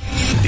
The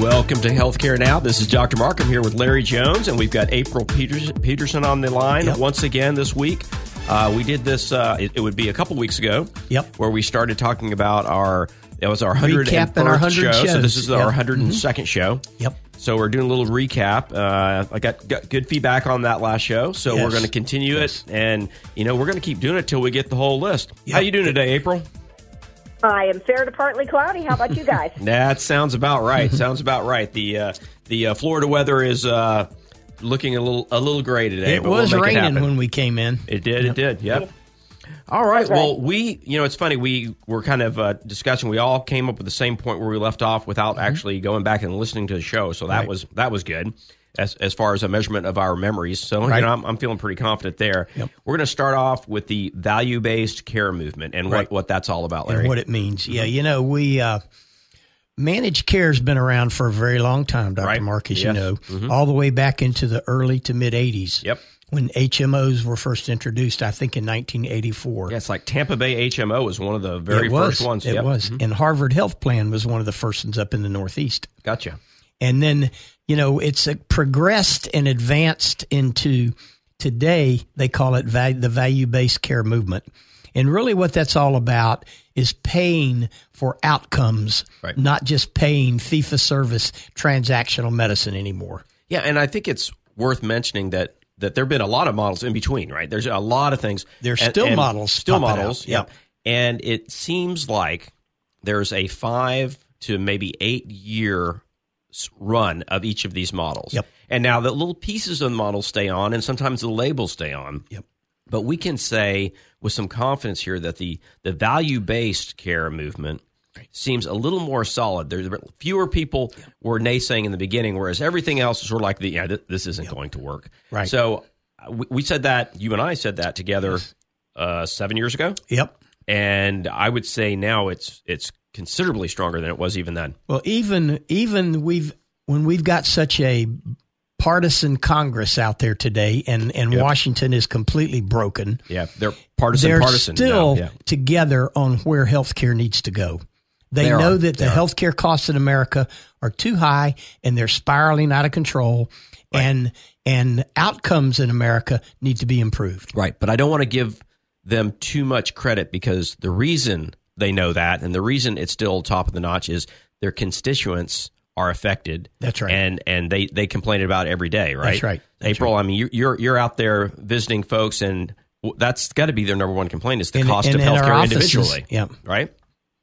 Welcome to Healthcare Now. This is Dr. Mark. I'm here with Larry Jones, and we've got April Peters- Peterson on the line Yep. once again this week. Uh, we did this, uh, it, it would be a couple weeks ago. Yep. Where we started talking about our, it was our 100th Recapping our 100 show. So this shows. is Yep. Mm-hmm. our 102nd show. Yep. So we're doing a little recap. Uh, I got, got good feedback on that last show, so we're Yes. going to continue it, and you know we're going to keep doing it till we get the whole list. How you doing today, April? I am fair to partly cloudy. How about you guys? That sounds about right. sounds about right. The uh, the uh, Florida weather is uh, looking a little a little gray today. It but we'll was make raining happen. when we came in. It did. It did. Yep. All right. Well, we, you know, it's funny. We were kind of uh, discussing. We all came up with the same point where we left off without Mm-hmm. actually going back and listening to the show. So that was that was good as as far as a measurement of our memories. So you Right. know, I'm, I'm feeling pretty confident there. We're going to start off with the value based care movement and what Right. what that's all about, and Larry. what it means. Yeah, you know, we uh, managed care has been around for a very long time, Dr. Right. Mark, as you Yes. know, all the way back into the early to mid 80s. Yep. When HMOs were first introduced, I think in 1984. yeah, it's like Tampa Bay HMO is one of the very it was. first ones. It Yep. Mm-hmm. was. And Harvard Health Plan was one of the first ones up in the Northeast. Gotcha. and then you know it's uh progressed and advanced into today they call it val- the value-based care movement and really what that's all about is paying for outcomes Right. not just paying fee for service transactional medicine anymore Yeah, and I think it's worth mentioning that that there've been a lot of models in between, right? There's a lot of things. There's And- still and models still popping models. out, yep. Yep. And it seems like there's a 5 to maybe 8 year s- run of each of these models. Yep. And now the little pieces of the models stay on and sometimes the labels stay on. Yep. But we can say with some confidence here that the the value-based care movement seems a little more solid. There's fewer people were naysaying in the beginning, whereas everything else is sort of like the yeah, th- this isn't going to work. Right. So uh, we, we said that you and I said that together uh, seven years ago, yep and I would say now it's it's considerably stronger than it was even then. Well, even even we've when we've got such a partisan Congress out there today, and and Washington is completely broken. Yeah, they're partisan, They're partisan now, still yeah. together on where healthcare needs to go. They, They are. know that They the are. healthcare costs in America are too high, and they're spiraling out of control. And and outcomes in America need to be improved. Right. But I don't want to give them too much credit because the reason they know that and the reason it's still top of the notch is their constituents are affected. That's right. And and they they complain about it every day, right? That's right. That's April, I mean you, you're you're out there visiting folks and w- that's got to be their number one complaint is the And- cost and of in our healthcare offices, individually. yeah. Right?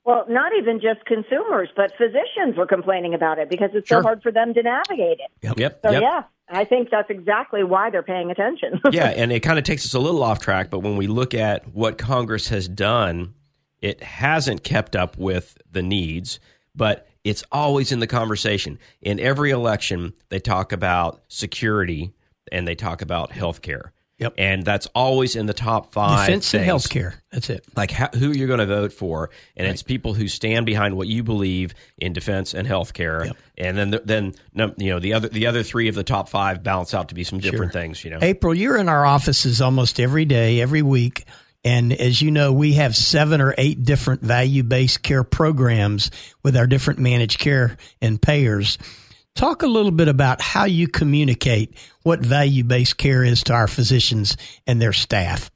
Well, not even just consumers, but physicians were complaining about it because it's Sure. so hard for them to navigate it. Yep. Yep. So, yeah, I think that's exactly why they're paying attention. yeah, and it kind of takes us a little off track, but when we look at what Congress has done, it hasn't kept up with the needs, but it's always in the conversation. In every election, they talk about security and they talk about health care. Yep. And that's always in the top five. Defense and things healthcare. That's it. like how, who you're going to vote for, and it's people who stand behind what you believe in defense and healthcare, care. and then then num- you know the other the other three of the top five balance out to be some different things. You know, April, you're in our offices almost every day, every week. And as you know, we have seven or eight different value based care programs with our different managed care and payers. Talk a little bit about how you communicate what value based care is to our physicians and their staff.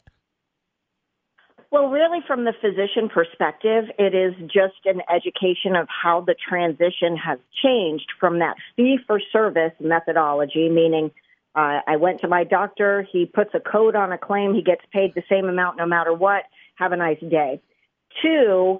Well, really, from the physician perspective, it is just an education of how the transition has changed from that fee for service methodology, meaning Uh, I went to my doctor. He puts a code on a claim. He gets paid the same amount no matter what. Have a nice day. Two,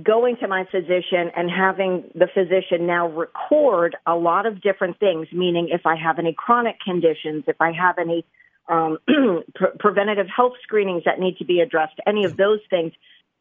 going to my physician and having the physician now record a lot of different things, meaning if I have any chronic conditions, if I have any um, pre- preventative health screenings that need to be addressed, any of those things.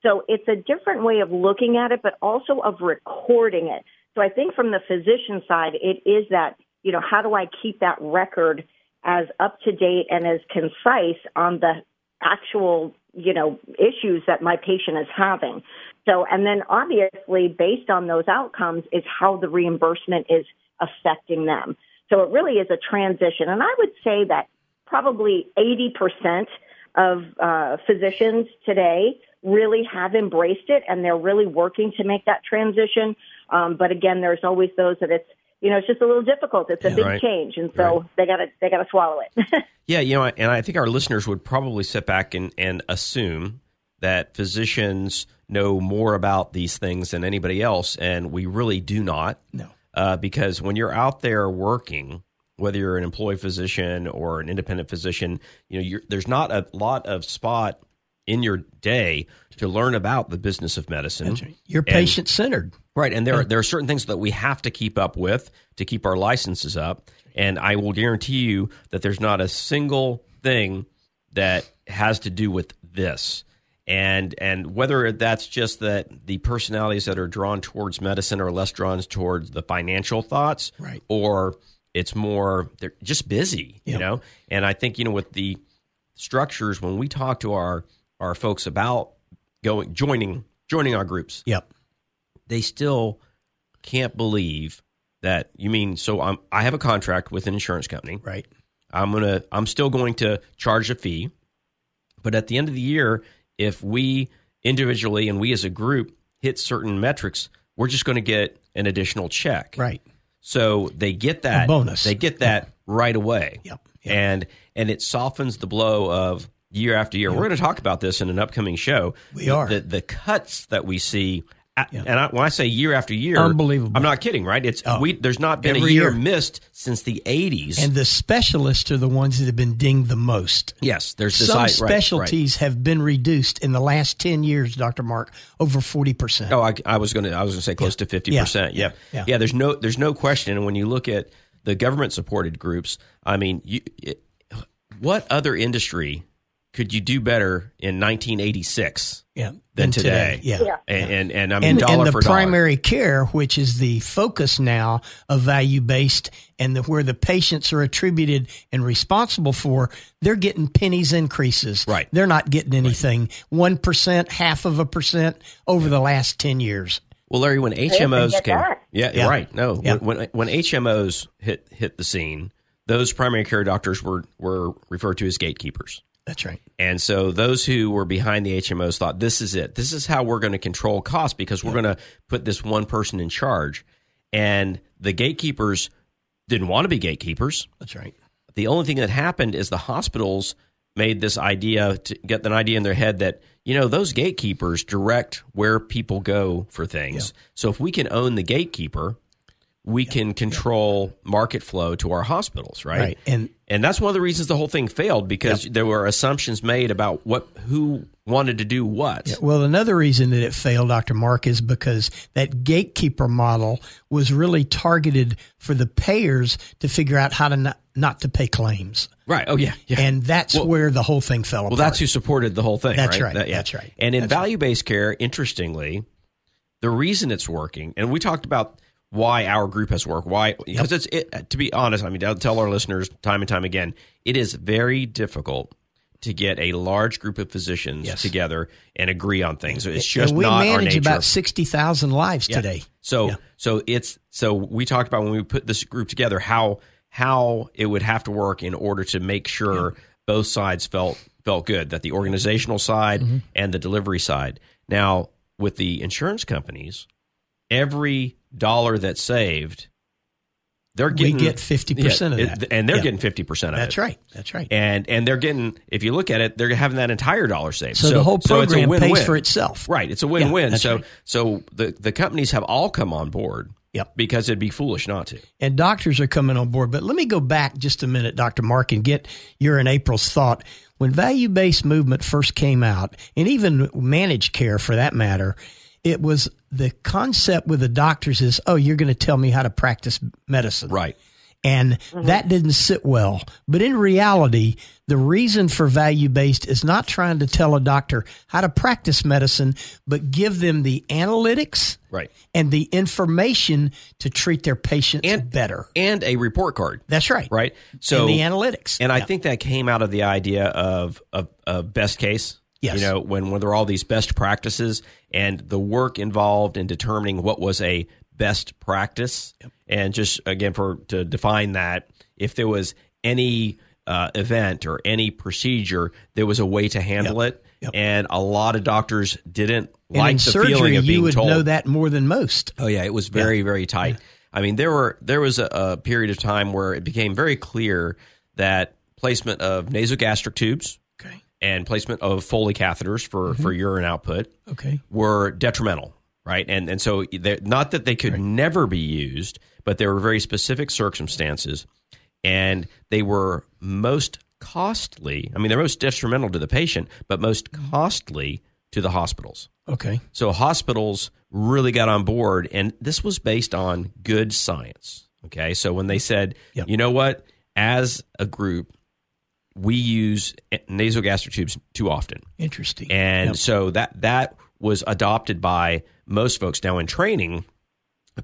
So it's a different way of looking at it, but also of recording it. So I think from the physician side, it is that, you know, how do I keep that record as up to date and as concise on the actual, you know, issues that my patient is having? So, and then obviously based on those outcomes is how the reimbursement is affecting them. So it really is a transition. And I would say that probably 80% of uh, physicians today really have embraced it and they're really working to make that transition. Um, but again, there's always those that it's, you know, it's just a little difficult. It's a Yeah, big right. change. And so they gotta, they gotta swallow it. Yeah, you know, and I think our listeners would probably sit back and, and assume that physicians know more about these things than anybody else, and we really do not. No. Uh, because when you're out there working, whether you're an employee physician or an independent physician, you know, you're, there's not a lot of spot in your day to learn about the business of medicine. You're Mm-hmm. And- patient centered. Right, and there are, there are certain things that we have to keep up with to keep our licenses up, and I will guarantee you that there's not a single thing that has to do with this. And and whether that's just that the personalities that are drawn towards medicine are less drawn towards the financial thoughts, Right. Or it's more they're just busy, Yeah. you know. And I think you know with the structures when we talk to our our folks about going joining joining our groups Yep. they still can't believe that you mean so I'm, i have a contract with an insurance company Right. i'm gonna i'm still going to charge a fee but at the end of the year if we individually and we as a group hit certain metrics we're just going to get an additional check Right. so they get that A bonus. They get that right away. Yep. Yep. And and it softens the blow of year after year. We're going to talk about this in an upcoming show. We The- are. the the cuts that we see. a- And I, when I say year after year, Unbelievable. I'm not kidding, right? It's Oh. we. There's not been Every a year, year. missed since the 80s. And the specialists are the ones that have been dinged the most. yes, there's this Some I- right, right. specialties have been reduced in the last 10 years, Dr. Mark, over 40%. Oh, I, I was gonna I was gonna say close to fifty percent. Yeah. Yeah. Yeah. yeah, There's no there's no question. And when you look at the government supported groups, I mean, you, it, what other industry could you do better in 1986 yeah. than And today? Yeah. And, and and I mean And, dollar and the for dollar. primary care, which is the focus now of value based and the, where the patients are attributed and responsible for, they're getting pennies increases. Right. They're not getting anything. 1%, half of a percent over the last 10 years. Well, Larry, when HMOs forget came, that. yeah, Yeah. right. No, Yeah. when, when when HMOs hit hit the scene, those primary care doctors were were referred to as gatekeepers. That's right. And so those who were behind the HMOs thought, this is it. This is how we're going to control costs because we're going to put this one person in charge. And the gatekeepers didn't want to be gatekeepers. That's right. The only thing that happened is the hospitals made this idea to get an idea in their head that, you know, those gatekeepers direct where people go for things. So if we can own the gatekeeper, we can control market flow to our hospitals, right? Right. And And that's one of the reasons the whole thing failed because there were assumptions made about what who wanted to do what. Well, another reason that it failed, Dr. Mark, is because that gatekeeper model was really targeted for the payers to figure out how to not, not to pay claims. Right. Oh yeah. yeah. And that's Well- where the whole thing fell well, apart. that's who supported the whole thing. That's right. right. That's right. And in That's right. value-based care, interestingly, the reason it's working, and we talked about why our group has worked, why because it's it, to be honest, I mean, I'll tell our listeners time and time again, it is very difficult to get a large group of physicians Yes. together and agree on things. It's just and we not our manage nature. about 60,000 lives Yeah. today. So Yeah. so it's so we talked about when we put this group together how how it would have to work in order to make sure both sides felt felt good that the organizational side Mm-hmm. and the delivery side. Now with the insurance companies, every dollar that's saved, they're We getting get 50% of it- that. and they're Yeah. getting fifty percent of That's it. right. That's right. And and they're getting if you look at it, they're having that entire dollar saved. so, the whole so it's a program pays win-win. for itself. Right. It's a win-win. that's so right. so the the companies have all come on board Yep. Because it'd be foolish not to. and doctors are coming on board. But let me go back just a minute, Dr. Mark, and get your and April's thought. When value based movement first came out, and even managed care for that matter, it was the concept with the doctors is, oh, you're going to tell me how to practice medicine. Right. And that didn't sit well. But in reality, the reason for value based is not trying to tell a doctor how to practice medicine, but give them the analytics Right. and the information to treat their patients And- better. And a report card. That's right. Right. So and the analytics. And I Yeah. think that came out of the idea of of, of best case. Yes. You know, when, when there are all these best practices and the work involved in determining what was a best practice, and just again for to define that, if there was any uh, event or any procedure, there was a way to handle it, Yep. and a lot of doctors didn't And like in the surgery, feeling of you being would told know that more than most. Oh yeah, it was very very tight. I mean, there were there was a, a period of time where it became very clear that placement of nasogastric tubes Okay. and placement of Foley catheters for for urine output Okay. were detrimental, right? And and so they're- not that they could never be used, but there were very specific circumstances, and they were most costly. I mean, they're most detrimental to the patient, but most costly to the hospitals. Okay. So hospitals really got on board, and this was based on good science. Okay, so when they said, Yep. you know what, as a group, we use nasogastric tubes too often, Interesting. and Yep. so that that was adopted by most folks. Now in training,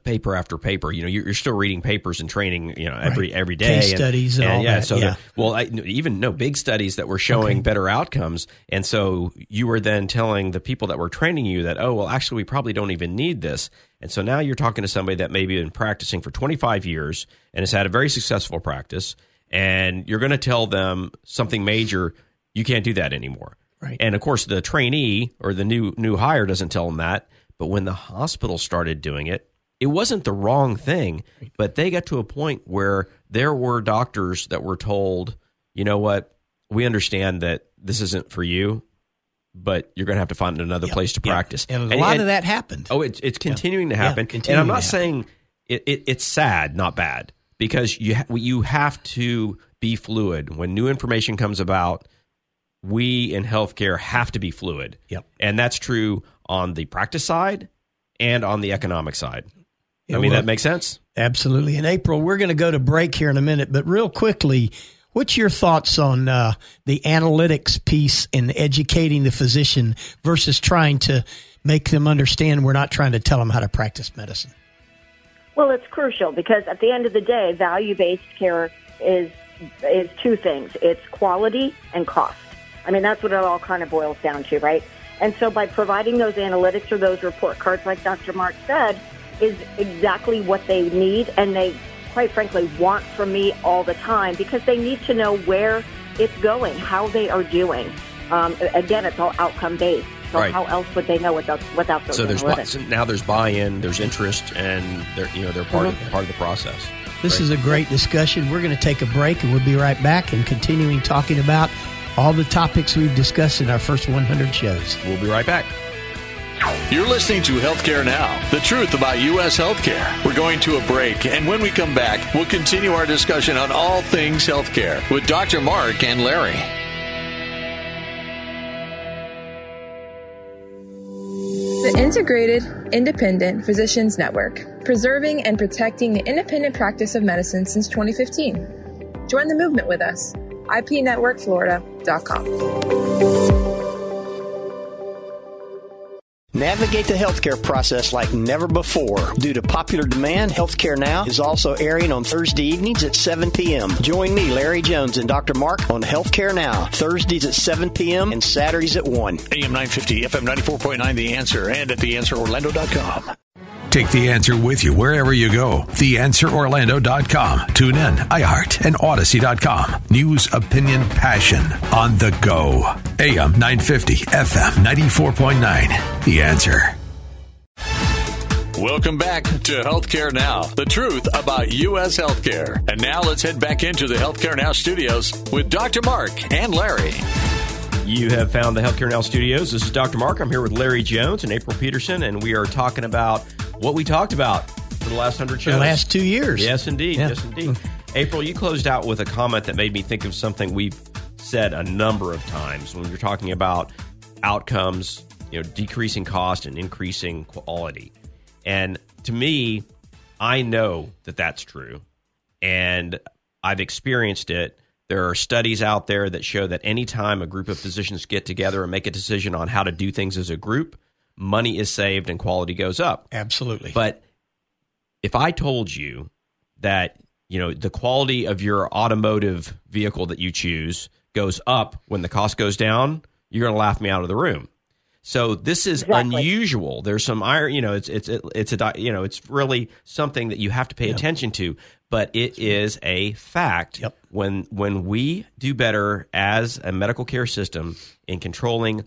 paper after paper, you know, you're, you're still reading papers and training, you know, every every day, Case studies and all yeah, that, So yeah. the- well, I, even no big studies that were showing better outcomes, and so you were then telling the people that were training you that, oh, well, actually, we probably don't even need this, and so now you're talking to somebody that maybe been practicing for 25 years and has had a very successful practice, and you're going to tell them something major, you can't do that anymore, Right. And of course, the trainee or the new new hire doesn't tell them that, but when the hospital started doing it. It wasn't the wrong thing, but they got to a point where there were doctors that were told, you know what, we understand that this isn't for you, but you're going to have to find another place to Yeah. practice. And a lot of that happened. Oh, it's it's continuing to Yeah, happen. and continuing I'm not to happen. saying it, it, it's sad, not bad, because you ha- you have to be fluid when new information comes about. We in healthcare have to be fluid. Yep. and that's true on the practice side and on the economic side. Yeah, I mean, well- that makes sense. Absolutely. In April, we're going to go to break here in a minute, but real quickly, what's your thoughts on uh, the analytics piece in educating the physician versus trying to make them understand we're not trying to tell them how to practice medicine? Well, it's crucial because at the end of the day, value-based care is is two things. It's quality and cost. I mean, that's what it all kind of boils down to, right? And so by providing those analytics or those report cards like Dr. Mark said is exactly what they need and they quite frankly want from me all the time because they need to know where it's going, how they are doing. Um, again, it's all outcome based. So Right. how else would they know without without those So there's analytics? bu- so now there's buy-in, there's interest, and they're you know they're part of part of the process. This is a great discussion. We're going to take a break and we'll be right back and continuing talking about all the topics we've discussed in our first 100 shows. We'll be right back. You're listening to Healthcare Now, the truth about U.S. healthcare. We're going to a break, and when we come back, we'll continue our discussion on all things healthcare with Dr. Mark and Larry. The Integrated Independent Physicians Network, preserving and protecting the independent practice of medicine since 2015. Join the movement with us. IPNetworkFlorida.com. Navigate the healthcare process like never before. Due to popular demand, Healthcare Now is also airing on Thursday evenings at 7 p.m. Join me, Larry Jones, and Dr. Mark on Healthcare Now, Thursdays at 7 p.m. and Saturdays at 1. AM 950, FM 94.9, The Answer, and at TheAnswerOrlando.com. Take the answer with you wherever you go. TheAnswerOrlando.com. Tune in, iHeart, and Odyssey.com. News, opinion, passion on the go. AM 950, FM 94.9. The answer. Welcome back to Healthcare Now, the truth about U.S. healthcare. And now let's head back into the Healthcare Now studios with Dr. Mark and Larry. You have found the Healthcare Now studios. This is Dr. Mark. I'm here with Larry Jones and April Peterson, and we are talking about what we talked about for the last hundred for shows. the last two years. Yes, indeed. Yeah. Yes, indeed. April, you closed out with a comment that made me think of something we've said a number of times when you're talking about outcomes, you know, decreasing cost and increasing quality. And to me, I know that that's true. And I've experienced it. There are studies out there that show that anytime a group of physicians get together and make a decision on how to do things as a group, money is saved and quality goes up. Absolutely. But if I told you that, you know, the quality of your automotive vehicle that you choose goes up when the cost goes down, you're going to laugh me out of the room. So this is unusual. There's some iron, you know, it's it's it, it's a di- you know, it's really something that you have to pay attention to, but it is a fact Yep. when when we do better as a medical care system in controlling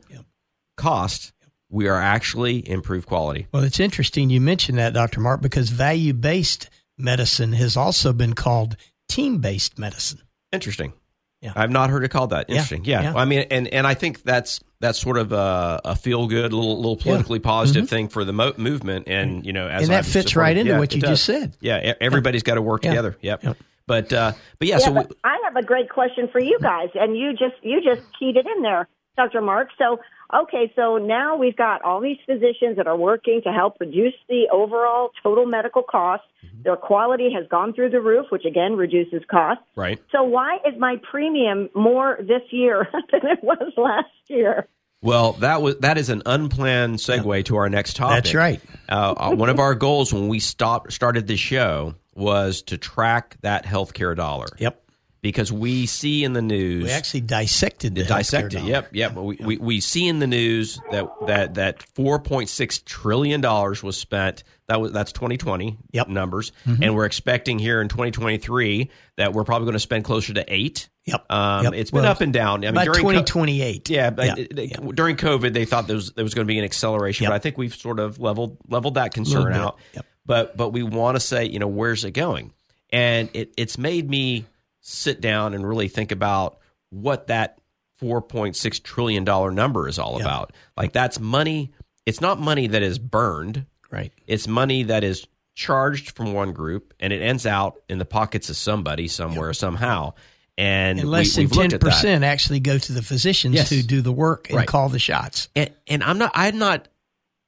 cost, we are actually improve quality. Well, it's interesting you mentioned that, Dr. Mark, because value based medicine has also been called team based medicine. Interesting. Yeah. I've not heard it called that. Interesting. Yeah. yeah. I mean, and, and I think that's that's sort of a, a feel good, little little politically positive thing for the mo- movement. And you know, as Mm-hmm. And that I've fits supported- right into yeah, what it you does. just said. Yeah, e- everybody's got to work Yeah. together. Yep. Yep. But uh, but yeah, Yeah, so we, but I have a great question for you guys, and you just you just keyed it in there, Dr. Mark. So okay, so now we've got all these physicians that are working to help reduce the overall total medical cost. Mm-hmm. Their quality has gone through the roof, which again reduces cost. right. So why is my premium more this year than it was last year? Well, that was that is an unplanned segue to our next topic. That's right. Uh, uh, one of our goals when we stopped started this show was to track that healthcare dollar. Yep. Because we see in the news We actually dissected the dissect healthcare it. dollar. Yep, yep. We, we we see in the news that that that four point six trillion dollars was spent. That was that's twenty twenty Yep. Mm-hmm. numbers, and we're expecting here in twenty twenty three that we're probably going to spend closer to eight. Yep. Um, Yep. It's been Well, up and down. I mean, by during co- 2028. yeah, but Yeah. it- it- during COVID, they thought there was there was going to be an acceleration, Yep. but I think we've sort of leveled leveled that concern bit, out. yep. But but we want to say, you know, where's it going? And it, it's made me sit down and really think about what that four point six trillion dollar number is all about. Like that's money. It's not money that is burned. Right. It's money that is charged from one group and it ends out in the pockets of somebody somewhere somehow. And And less we, we've than looked ten at that. percent actually go to the physicians Yes. who do the work and Right. call the shots. and and I'm not I'm not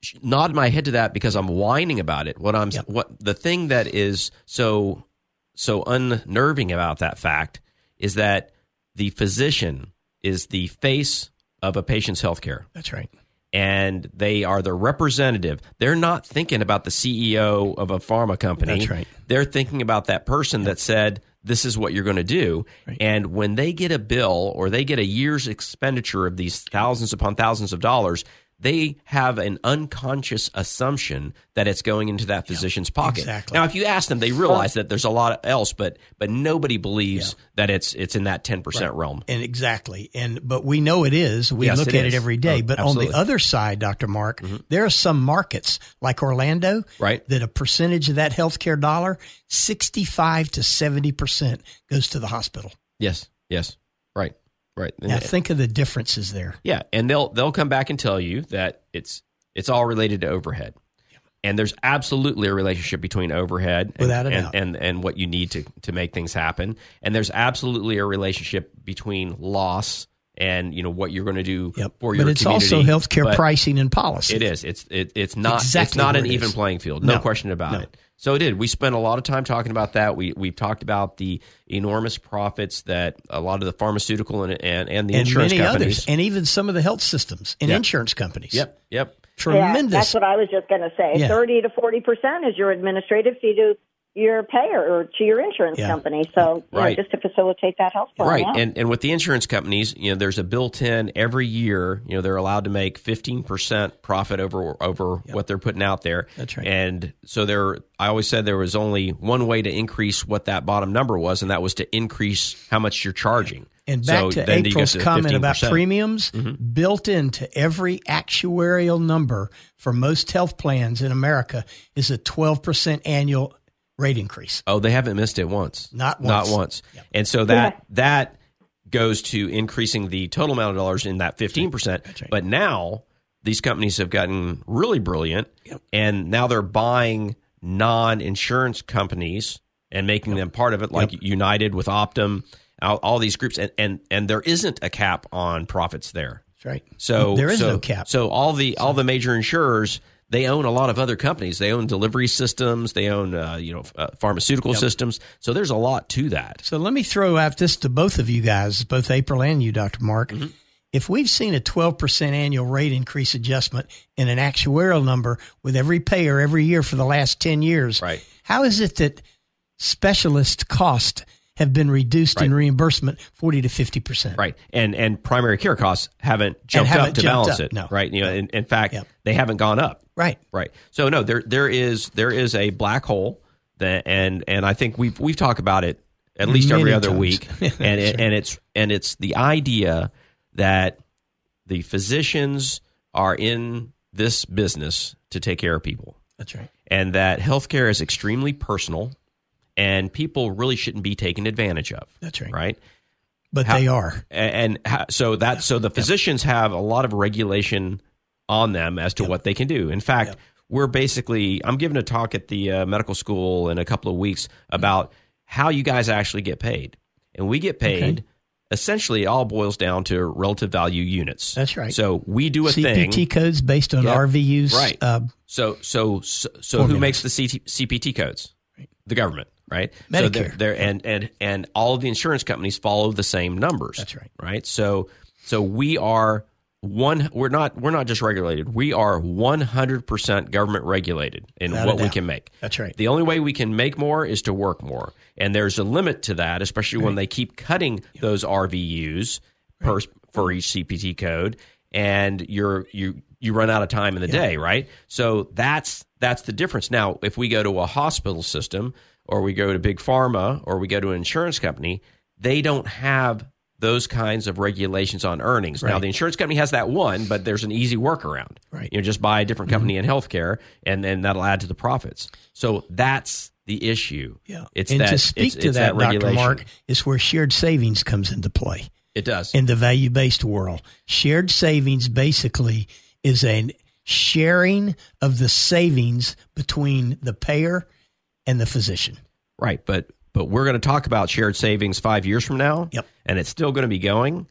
sh- nodding my head to that because I'm whining about it. What I'm Yep. what the thing that is so so unnerving about that fact is that the physician is the face of a patient's health care That's right. and they are the representative. They're not thinking about the CEO of a pharma company. That's right. They're thinking about that person that said, this is what you're going to do. And when they get a bill or they get a year's expenditure of these thousands upon thousands of dollars, they have an unconscious assumption that it's going into that physician's pocket. exactly. Now, if you ask them, they realize that there's a lot else, but but nobody believes that it's it's in that 10% realm. And exactly. And but we know it is. We Yes, look it at is. it every day. Oh, but on absolutely. Mm-hmm. the other side, Dr. Mark, there are some markets like Orlando Right. that a percentage of that healthcare dollar, 65 to 70% goes to the hospital. Yes. Yes. Right. Right. And- Now think of the differences there. Yeah, and they'll they'll come back and tell you that it's it's all related to overhead. And there's absolutely a relationship between overhead and, Without a and, doubt. and and what you need to to make things happen. And there's absolutely a relationship between loss and you know what you're going to do Yep. for your but it's community. also healthcare But pricing and policy. It is. It's it, it's not it's Exactly not where an it even is. playing field. No, No. question about No. it. So it did. We spent a lot of time talking about that. We we talked about the enormous profits that a lot of the pharmaceutical and and, and the And insurance many companies. others, and even some of the health systems and Yeah. insurance companies. yep. Yep. Tremendous. Yeah, that's what I was just going to say. Yeah. Thirty to forty percent is your administrative fee to your payer or to your insurance Yeah. company. So you know, Right. just to facilitate that health Oh, plan. Right. yeah. And and with the insurance companies, you know, there's a built-in every year, you know, they're allowed to make 15% profit over over what they're putting out there. That's right. And so there I always said there was only one way to increase what that bottom number was and that was to increase how much you're charging. And back So to then you get April's to comment about 15%. Mm-hmm. premiums, built into every actuarial number for most health plans in America is a 12% annual rate increase. Oh, they haven't missed it once. Not Not once. once. And so that that goes to increasing the total amount of dollars in that fifteen percent. But now these companies have gotten really brilliant, and now they're buying non insurance companies and making them part of it, like United with Optum, all, all these groups, and, and and there isn't a cap on profits there. That's right. So there is so- no cap. So all the all the major insurers they own a lot of other companies. They own delivery systems. They own uh, you know uh, pharmaceutical systems. So there's a lot to that. So let me throw out this to both of you guys, both April and you, Dr. Mark. Mm-hmm. If we've seen a 12% annual rate increase adjustment in an actuarial number with every payer every year for the last 10 years, Right. how is it that specialist costs have been reduced in Right. reimbursement 40 to 50%? Right. And and primary care costs haven't jumped up haven't to jumped balance up, it. no. Right. You know, in, in fact, Yep. they haven't gone up. Right. Right. So no, there there is there is a black hole that and and I think we've we've talked about it at least every Many other times. week. and it, and it's and it's the idea that the physicians are in this business to take care of people That's right. and that healthcare is extremely personal and people really shouldn't be taken advantage of. That's right. Right? But How- they are. and, and ha- so that so the physicians have a lot of regulation on them as to what they can do. In fact, we're basically I'm giving a talk at the uh, medical school in a couple of weeks about how you guys actually get paid, and we get paid. Essentially, it all boils down to relative value units. That's right. So we do a thing. CPT codes based on Yep. RVUs. Right. Uh, So so so, so Formulas. who makes the CT, CPT codes? The government, right? So they're, Medicare. they're, and and and all of the insurance companies follow the same numbers. That's right. Right. So so we are one. We're not we're not just regulated. We are one hundred percent government regulated in Without a what we doubt. can make. That's right. The only way we can make more is to work more, and there's a limit to that, especially when they keep cutting those RVUs per for each CPT code, and you're you you run out of time in the day, right? So that's that's the difference. Now, if we go to a hospital system, or we go to big pharma, or we go to an insurance company, they don't have those kinds of regulations on earnings. Now, the insurance company has that one, but there's an easy workaround. Right. You know, just buy a different company Mm-hmm. in healthcare, and then that'll add to the profits. So that's the issue. yeah. It's and that, to speak it's- to it's that, Dr. regulation. Mark, is where shared savings comes into play. It does. in the value based world. Shared savings basically is a sharing of the savings between the payer and the physician. Right, but but we're going to talk about shared savings five years from now. Yep. and it's still going to be going,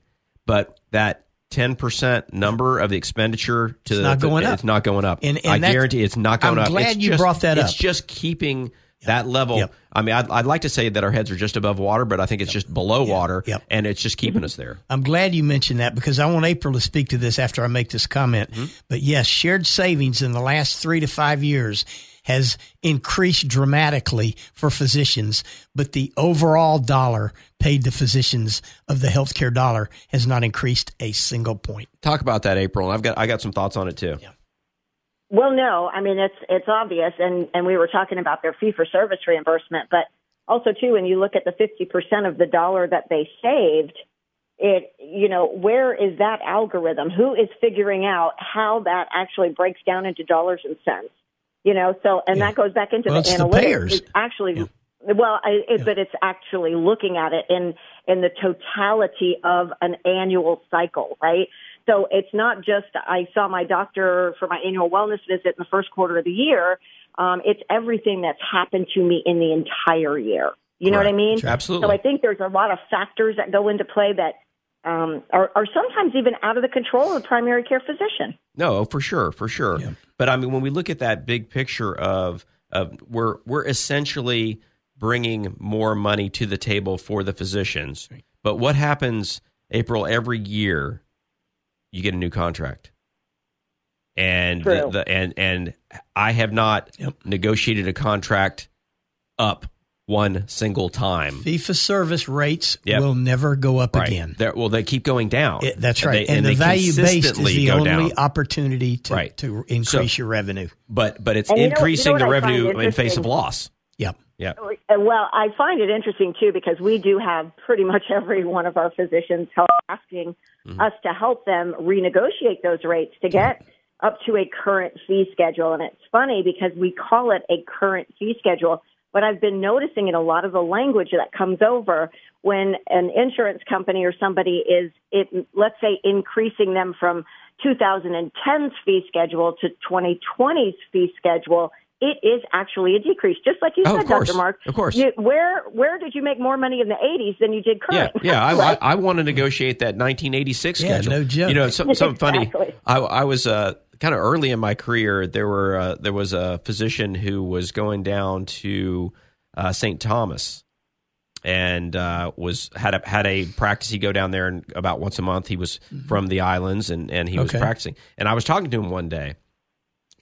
but that ten percent number of the expenditure to It's the, not going up. It's not going up. And- and I that- guarantee it's not going I'm up. It's glad you just- brought that It's up. just keeping that level. Yep. I mean, I'd, I'd like to say that our heads are just above water, but I think it's just below water, Yep. Mm-hmm. and it's just keeping us there. I'm glad you mentioned that because I want April to speak to this after I make this comment. But yes, shared savings in the last three to five years has increased dramatically for physicians, but the overall dollar paid to physicians of the healthcare dollar has not increased a single point. Talk about that, April. And I've got I got some thoughts on it too. Well, no, I mean it's it's obvious, and and we were talking about their fee for service reimbursement, but also too, when you look at the fifty percent of the dollar that they saved, it you know where is that algorithm? Who is figuring out how that actually breaks down into dollars and cents? You know, so and that goes back into Well, the it's the analytics. payers. It's actually. Well, I, it, but it's actually looking at it in in the totality of an annual cycle, right? So it's not just I saw my doctor for my annual wellness visit in the first quarter of the year. Um, it's everything that's happened to me in the entire year. You know what I Correct. mean? Absolutely. So I think there's a lot of factors that go into play that um, are, are sometimes even out of the control of the primary care physician. No, for sure, for sure. But I mean, when we look at that big picture of of we're we're essentially bringing more money to the table for the physicians. But what happens April every year? You get a new contract, and the, True. the and and I have not negotiated a contract up one single time. Fee for service rates Yep. will never go up Right. again. They're- well, they keep going down. It- that's And right. they- and, the they value based is consistently the go only down. opportunity to, Right. to increase So- your revenue. but but it's And you know- you know increasing what I the find revenue in face interesting? of loss. Yep. Yeah. Uh, Well, I find it interesting too because we do have pretty much every one of our physicians help asking Mm-hmm. us to help them renegotiate those rates to get up to a current fee schedule. And it's funny because we call it a current fee schedule, but I've been noticing in a lot of the language that comes over when an insurance company or somebody is, it, let's say, increasing them from 2010's fee schedule to 2020's fee schedule it is actually a decrease. Just like you Oh, said, of course. Dr. Mark. Of course. You, where where did you make more money in the 80s than you did Yeah, current? yeah. I, Right? I, I want to negotiate that 1986 Yeah, schedule. no joke. You know, some, something funny. Exactly. I, I was uh, kind of early in my career. There were uh, there was a physician who was going down to uh, St. Thomas and uh, was had a had a practice. He would go down there and about once a month. He was from the islands and and he Mm-hmm. Okay. was practicing. And I was talking to him one day,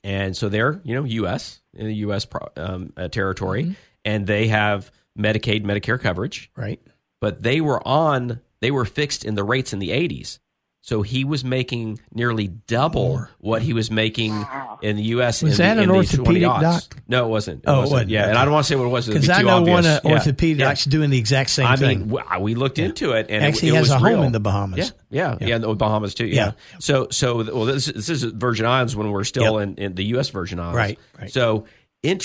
and so they're you know U.S. in the U.S. Pro, um, uh, territory, Mm-hmm. and they have Medicaid Medicare coverage right? but they were on they were fixed in the rates in the 80s so he was making nearly double what he was making in the U.S. Was in that the, an in the orthopedic 20 odds. doc? No, it wasn't. Oh, it wasn't. wasn't. Yeah, and I don't want to say what it was. Because I know one uh, orthopedic doc's doing the exact same I thing. mean, w- I- we looked into it, and it- Actually, it, he has was a home real. in the Bahamas. Yeah, yeah, yeah, in the Bahamas too. Yeah. Yeah. So, so well, this, this is Virgin Islands when we're still in, in the U.S. Virgin Islands. Right, right. So,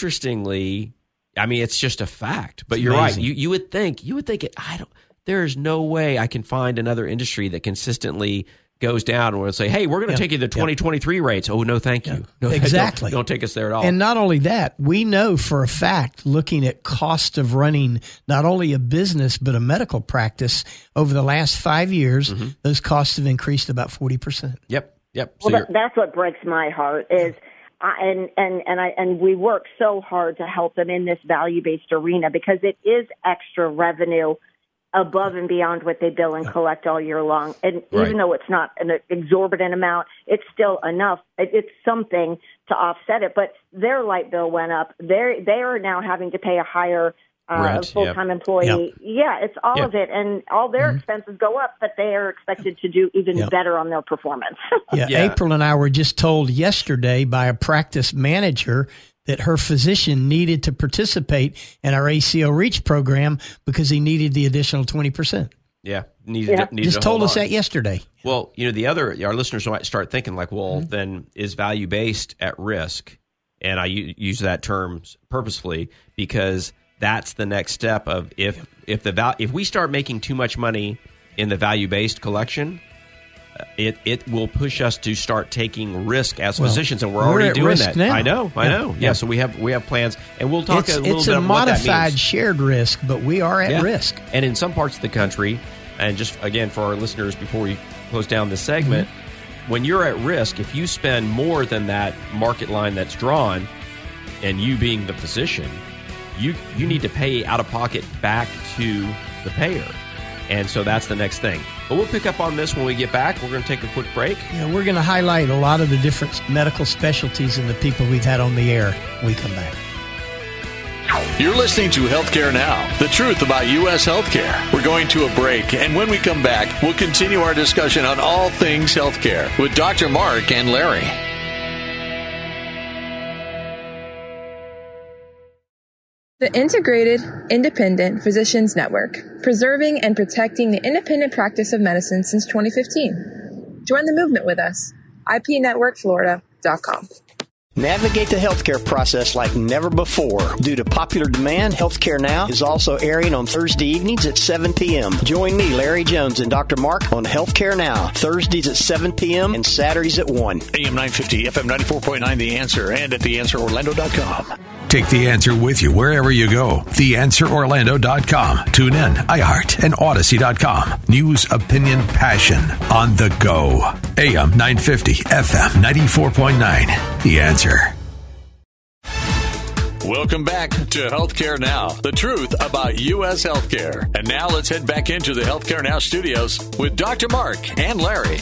interestingly, I mean, it's just a fact. But It's you're amazing. right. You you would think you would think it. I don't. There is no way I can find another industry that consistently goes down and will say, "Hey, we're going to Yeah, take you to the yeah. 2023 rates." Oh no, thank you. No, don't- Exactly. Don't, take us there at all. And not only that, we know for a fact, looking at cost of running not only a business but a medical practice over the last five years, Mm-hmm. those costs have increased about forty percent. yep. Yep. So Well, you're- that, that's what breaks my heart is, I, and and and I and we work so hard to help them in this value based arena because it is extra revenue above and beyond what they bill and collect all year long. And Right. even though it's not an exorbitant amount, it's still enough. It, it's something to offset it. But their light bill went up. They they are now having to pay a higher. Uh, Rent, full time employee. Yeah, it's all Yep. of it. And all their Mm-hmm. expenses go up, but they are expected to do even Yep. better on their performance. Yeah, Yeah. Uh, April and I were just told yesterday by a practice manager that her physician needed to participate in our ACO Reach program because he needed the additional twenty percent. yeah. Needed, Yeah. needed Just to told hold us on. that yesterday. Well, you know, the other our listeners might start thinking like, well, Mm-hmm. then is value based at risk? And I u- use that term purposefully because that's the next step of if if the val- if we start making too much money in the value based collection, uh, it it will push us to start taking risk as Well, physicians, and we're, we're already at doing risk that. now. I know, I Yeah. know. Yeah. so we have we have plans, and we'll talk It's, a little it's bit a about what that modified means. shared risk, but we are at Yeah. risk. And in some parts of the country, and just again for our listeners before we close down this segment, when you're at risk, if you spend more than that market line that's drawn, and you being the physician, you you need to pay out of pocket back to the payer. And so that's the next thing. But we'll pick up on this when we get back. We're going to take a quick break. Yeah, we're going to highlight a lot of the different medical specialties and the people we've had on the air when we come back. You're listening to Healthcare Now, the truth about U.S. healthcare. We're going to a break, and when we come back, we'll continue our discussion on all things healthcare with Dr. Mark and Larry. The Integrated Independent Physicians Network, preserving and protecting the independent practice of medicine since 2015. Join the movement with us. IPNetworkFlorida.com. Navigate the healthcare process like never before. Due to popular demand, Healthcare Now is also airing on Thursday evenings at 7 p.m. Join me, Larry Jones, and Dr. Mark on Healthcare Now, Thursdays at 7 p.m. and Saturdays at 1. AM 950, FM 94.9, The Answer, and at TheAnswerOrlando.com. Take the answer with you wherever you go. TheAnswerOrlando.com. Tune in, iHeart, and Odyssey.com. News, opinion, passion on the go. AM 950, FM 94.9. The answer. Welcome back to Healthcare Now, the truth about U.S. healthcare. And now let's head back into the Healthcare Now studios with Dr. Mark and Larry.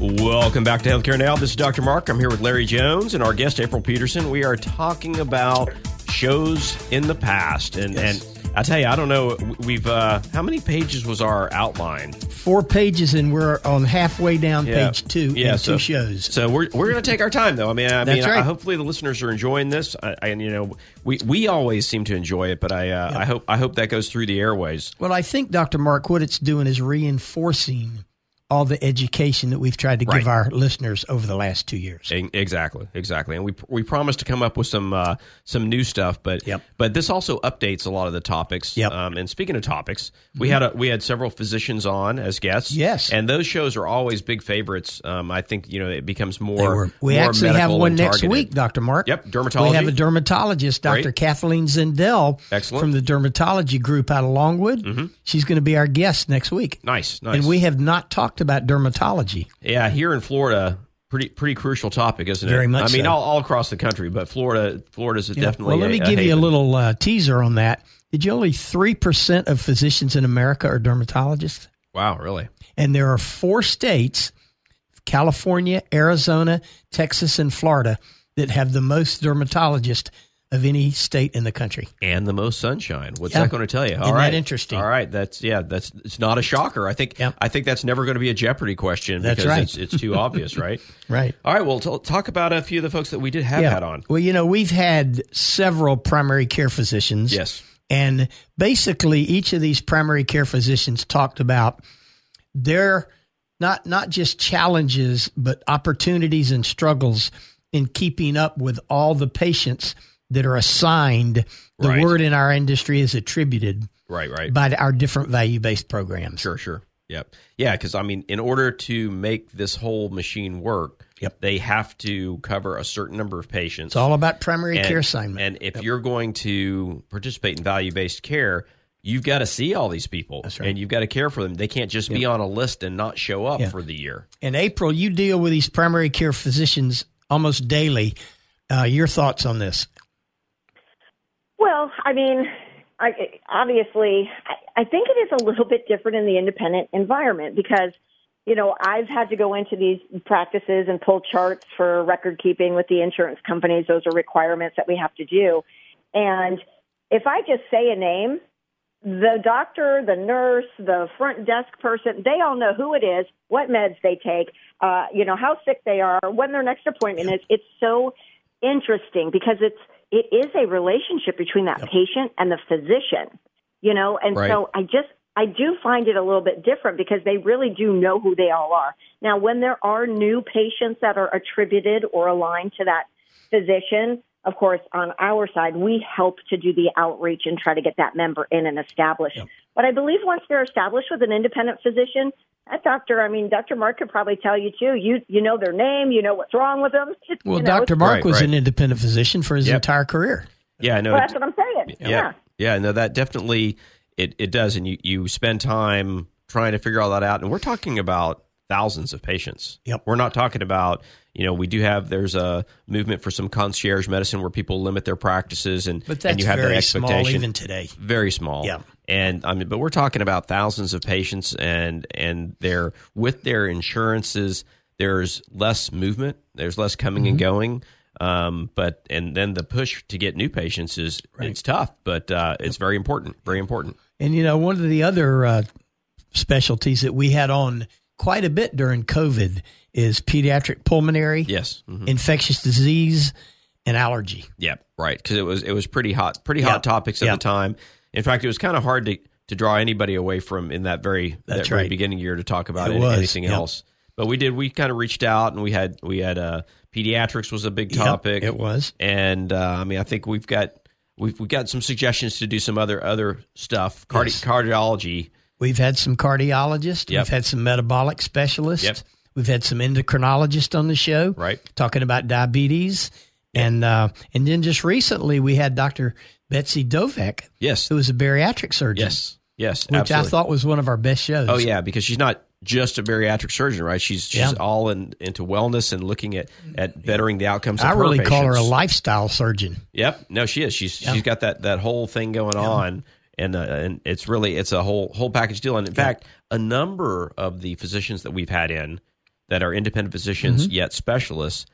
Welcome back to Healthcare Now. This is Dr. Mark. I'm here with Larry Jones and our guest April Peterson. We are talking about shows in the past, and and I tell you, I don't know. We've uh, how many pages was our outline? Four pages, and we're on halfway down Yeah. page two Yeah, in so- two shows. So we're, we're going to take our time though. I mean, I That's mean, I- right. hopefully the listeners are enjoying this. I, I, and you know, we we always seem to enjoy it, but I uh, I hope I hope that goes through the airways. Well, I think, Dr. Mark, what it's doing is reinforcing all the education that we've tried to Right. give our listeners over the last two years. E- Exactly, exactly, and we we promised to come up with some uh, some new stuff, but Yep. but this also updates a lot of the topics. Yep. Mm-hmm. Um, and speaking of topics, we had a, we had several physicians on as guests. Yes. and those shows are always big favorites. Um, I think you know it becomes more. They were- we more actually have medical one and next targeted. week, Dr. Mark. Yep, dermatology. We have a dermatologist, Dr. Great. Kathleen Zindel Excellent. from the dermatology group out of Longwood. She's going to be our guest next week. Nice, nice. And we have not talked about dermatology. Yeah, here in Florida, pretty pretty crucial topic, isn't it? Very much I mean, so. all, all across the country, but Florida, Florida's Yeah. definitely. Well, let me give you a haven. little uh, teaser on that. Did you only 3% of physicians in America are dermatologists? Wow, really? And there are four states California, Arizona, Texas, and Florida that have the most dermatologists of any state in the country. and the most sunshine. What's Yeah. that going to tell you? All right, Isn't that interesting? All right, that's yeah, that's it's not a shocker. I think Yeah. I think that's never going to be a Jeopardy question That's because right. it's, it's too obvious, right? Right. All right, well, t- talk about a few of the folks that we did have had on. Well, you know, we've had several primary care physicians. Yes. And basically each of these primary care physicians talked about their not not just challenges but opportunities and struggles in keeping up with all the patients that are assigned the Right. word in our industry is attributed Right, right. by our different value-based programs. Sure, sure. Yep. Yeah, because I mean, in order to make this whole machine work, Yep. they have to cover a certain number of patients. It's all about primary and, care assignment. And if you're going to participate in value based care, you've got to see all these people right. and you've got to care for them. They can't just be on a list and not show up Yeah. for the year. in April, you deal with these primary care physicians almost daily. Uh, your thoughts on this? Well, I mean, I, obviously, I, I think it is a little bit different in the independent environment because, you know, I've had to go into these practices and pull charts for record keeping with the insurance companies. Those are requirements that we have to do. And if I just say a name, the doctor, the nurse, the front desk person, they all know who it is, what meds they take, uh, you know, how sick they are, when their next appointment is. It's so interesting because it's it is a relationship between that patient and the physician, you know, and Right. so I just I do find it a little bit different because they really do know who they all are. Now, when there are new patients that are attributed or aligned to that physician, of course, on our side, we help to do the outreach and try to get that member in and established. But I believe once they're established with an independent physician, that doctor, I mean, Dr. Mark could probably tell you too. You you know their name, you know what's wrong with them. Well, you know, Dr. Mark Right, was right. an independent physician for his Yep. entire career. Yeah, I know. Well, it- that's what I'm saying. Yeah. yeah. Yeah, no, that definitely it, it does. And you, you spend time trying to figure all that out. And we're talking about thousands of patients. Yep. We're not talking about, you know, we do have there's a movement for some concierge medicine where people limit their practices and, But that's and you have that very small expectation. even today. very small. Yeah. And I mean, but we're talking about thousands of patients, and and they're with their insurances. There's less movement. There's less coming and going. Um, but and then the push to get new patients is it's tough, but uh, it's very important. Very important. And, you know, one of the other uh, specialties that we had on quite a bit during COVID is pediatric pulmonary, Yes. Mhm. infectious disease, and allergy. Yeah, right. Because it was it was pretty hot, pretty Yeah. hot topics at Yeah. the time. In fact, it was kind of hard to to draw anybody away from in that very that That's very right. beginning year to talk about It any- was, anything yeah. else. But we did. We kind of reached out and we had we had uh, pediatrics was a big Yep, topic. it was. and uh, I mean I think we've got we've we've got some suggestions to do some other other stuff. Cardi- Yes. Cardiology. We've had some cardiologists. Yep. We've had some metabolic specialists. Yep. We've had some endocrinologists on the show, Right. Talking about diabetes, and uh, and then just recently we had Dr. Betsy Dovek, Yes. who was a bariatric surgeon, Yes. Yes. which absolutely. I thought was one of our best shows. Oh yeah, because she's not just a bariatric surgeon, right? She's she's Yeah. all in, into wellness and looking at at bettering the outcomes. Of I her really call her a patients. lifestyle surgeon. Yep. No, she is. She's she's got that that whole thing going on, and uh, and it's really it's a whole whole package deal. And in fact, a number of the physicians that we've had in that are independent physicians Mm-hmm. yet specialists